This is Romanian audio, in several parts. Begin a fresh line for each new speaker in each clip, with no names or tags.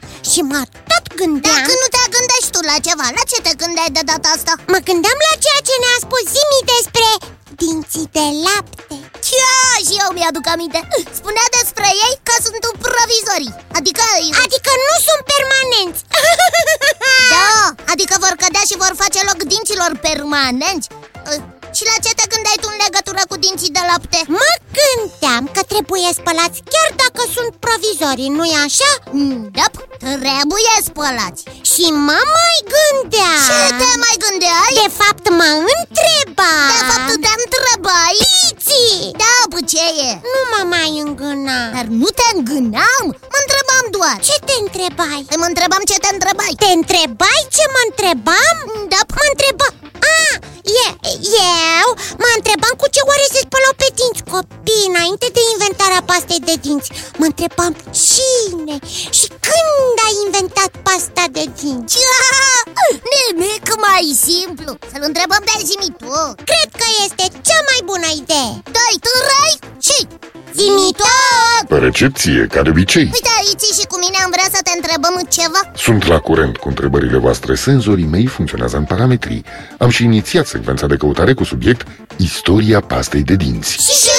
automat. Tot gândeam.
Dacă nu te gândești tu la ceva, la ce te gândeai de data asta?
Mă gândeam la ceea ce ne-a spus Zimi despre dinții de lapte.
Chia, și eu mi-aduc aminte Spunea despre ei că sunt provizorii Adică...
Adică nu sunt permanenți.
Da, adică vor cădea și vor face loc dincilor permanenți Ă, Și la ce te gândeai tu în legătură cu dinții de lapte?
Mă gândeam că trebuie spălați chiar dacă sunt provizorii, nu-i așa?
Mm, Da, trebuie spălați
Și mă mai gândeam
Ce te mai gândeai?
De fapt mă întrebam
De fapt te întrebai
Piții!
Da, pâceie
Nu mă mai îngâna
Dar nu te îngânam, mă întrebam doar
Ce te întrebai?
Îmi întrebam ce te întrebai
Te întrebai ce mă întrebam?
Da,
Mă întreba... A, e, eu mă întrebam cu ce oare se spălau pe dinți copii înainte de inventarea pastei de dinți Mă întrebam cine și când a inventat pasta de dinți
Ia, nimic mai simplu Să-l întrebăm pe Zimi tu
Cred că este cea mai bună idee
Doi, târăi și
Zimi
tot
Pe recepție, ca de obicei.
Uite, Iți și cu mine am vrea să te întrebăm ceva
Sunt la curent cu întrebările voastre, senzorii mei funcționează în parametrii. Am și inițiat secvența de căutare cu subiect Istoria pastei de dinți.
Și?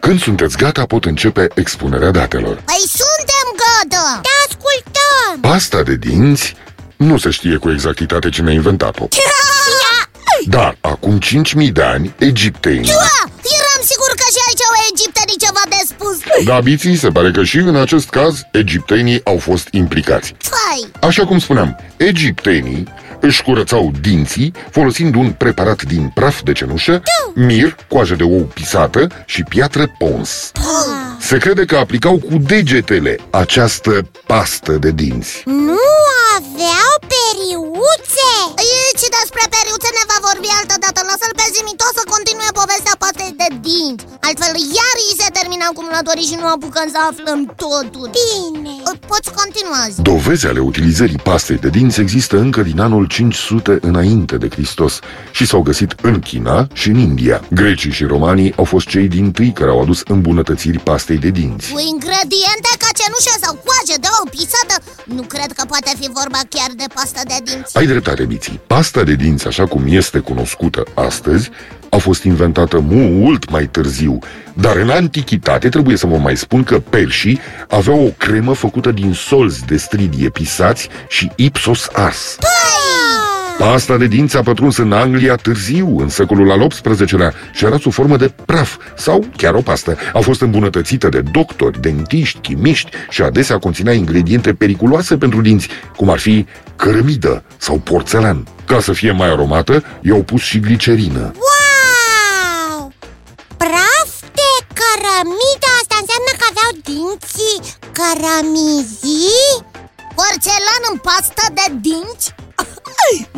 Când sunteți gata, pot începe expunerea datelor.
Păi suntem gata
Te ascultăm!
Pasta de dinți nu se știe cu exactitate cine a inventat-o.
Ia!
Dar acum 5000 de ani, egiptenii,
Ua, Da, eram sigur că și aici au egiptenii ceva de spus
dabiții, se pare că și în acest caz, egiptenii au fost implicați.
Fai,
Așa cum spuneam, egiptenii își curățau dinții folosind un preparat din praf de cenușă, mir, coajă de ou pisată și piatră pons. Se crede că aplicau cu degetele această pastă de dinți.
Nu aveau periuțe!
Ici despre periuțe ne va vorbi altă dată Lasă-l pe Zimito să continue povestea pastei de dinți Altfel iar îi se termină acumulatorii și nu apucăm să aflăm totul
Bine!
Poți continua zi
Dovezi ale utilizării pastei de dinți există încă din anul 500 înainte de Hristos și s-au găsit în China și în India. Grecii și romanii au fost cei din tâi care au adus îmbunătățiri pastei de dinți.
Cu ingrediente ca cenușă sau coajă de ou pisată Nu cred că poate fi vorba chiar de pastă de dinți
Ai dreptate, Biții. Pasta de dinți, așa cum este cunoscută astăzi, a fost inventată mult mai târziu, dar în antichitate trebuie să vă mai spun că perșii aveau o cremă făcută din solzi de stridie pisați și ipsos ars. Pasta de dinți a pătruns în Anglia târziu, în secolul al XVIII-lea, și era sub formă de praf sau chiar o pastă. A fost îmbunătățită de doctori, dentiști, chimiști și adesea conținea ingrediente periculoase pentru dinți, cum ar fi cărămidă sau porțelan. Ca să fie mai aromată, i-au pus și glicerină.
Wow! Praf de cărămidă, asta înseamnă că aveau dinții cărămizii?
Porțelan în pastă de dinți?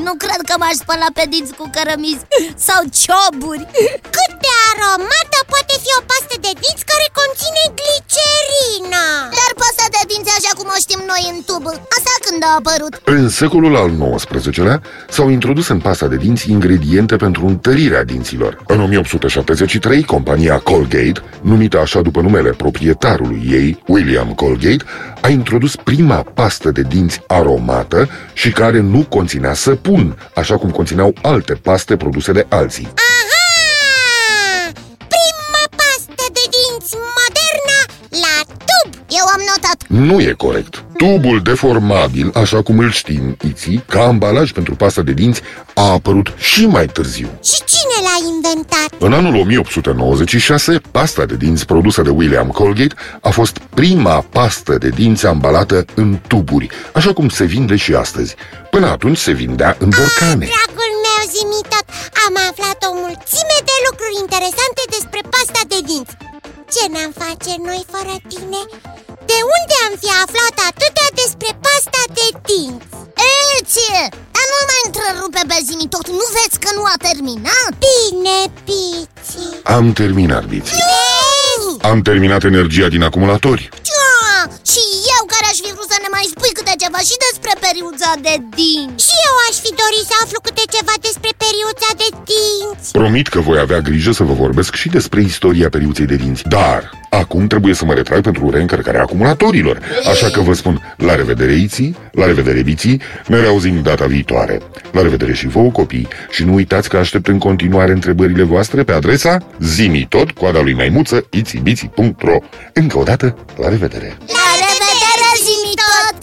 Nu cred că m-aș spăla pe dinți cu cărămizi sau cioburi
Cât de aromată poate fi o pastă de dinți care conține glicerină?
Dar pasta de dinți așa cum o știm noi în tub Asta când a apărut
În secolul al XIX-lea s-au introdus în pasta de dinți ingrediente pentru întărirea dinților. În 1873, compania Colgate, numită așa după numele proprietarului ei, William Colgate, a introdus prima pastă de dinți aromată și care nu conținea săpun, așa cum conțineau alte paste produse de alții.
Aha! Prima pastă de dinți modernă la tub!
Eu am notat
Nu e corect. Tubul deformabil, așa cum îl știm, Iții, ca ambalaj pentru pasta de dinți, a apărut și mai târziu.
Și cine l-a inventat?
În anul 1896, pasta de dinți produsă de William Colgate a fost prima pastă de dinți ambalată în tuburi, așa cum se vinde și astăzi. Până atunci se vindea în borcane.
Dragul meu, Zimitot, am aflat o mulțime de lucruri interesante despre pasta de dinți Ce ne-am face noi fără tine? De unde am fi aflat atâtea despre pasta de dinți?
Eți, dar nu mai întrerupe pe Zimi tot Nu vezi că nu a terminat?
Bine, Pici
Am terminat, Biții. Am terminat energia din acumulatori.
Cea, și eu care aș fi vrut să ne mai spui câte ceva și despre periuța de dinți
Și eu aș fi dorit să aflu câte ceva despre periuța de dinți
Promit că voi avea grijă să vă vorbesc și despre istoria periuței de dinți, dar acum trebuie să mă retrag pentru reîncărcarea acumulatorilor. Așa că vă spun la revedere iții, la revedere biții, ne reauzim data viitoare. La revedere și vouă copii și nu uitați că aștept în continuare întrebările voastre pe adresa zimitot, coada lui maimuță, itibiții.ro Încă o dată, la revedere!
La revedere, zimitot!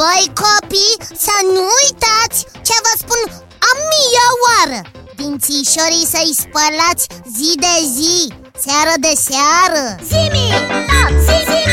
Voi copii, să nu uitați ce vă spun a mia oară Dințișorii să-i spălați zi de zi, seară de seară
Zimi, tot, zi, zimi,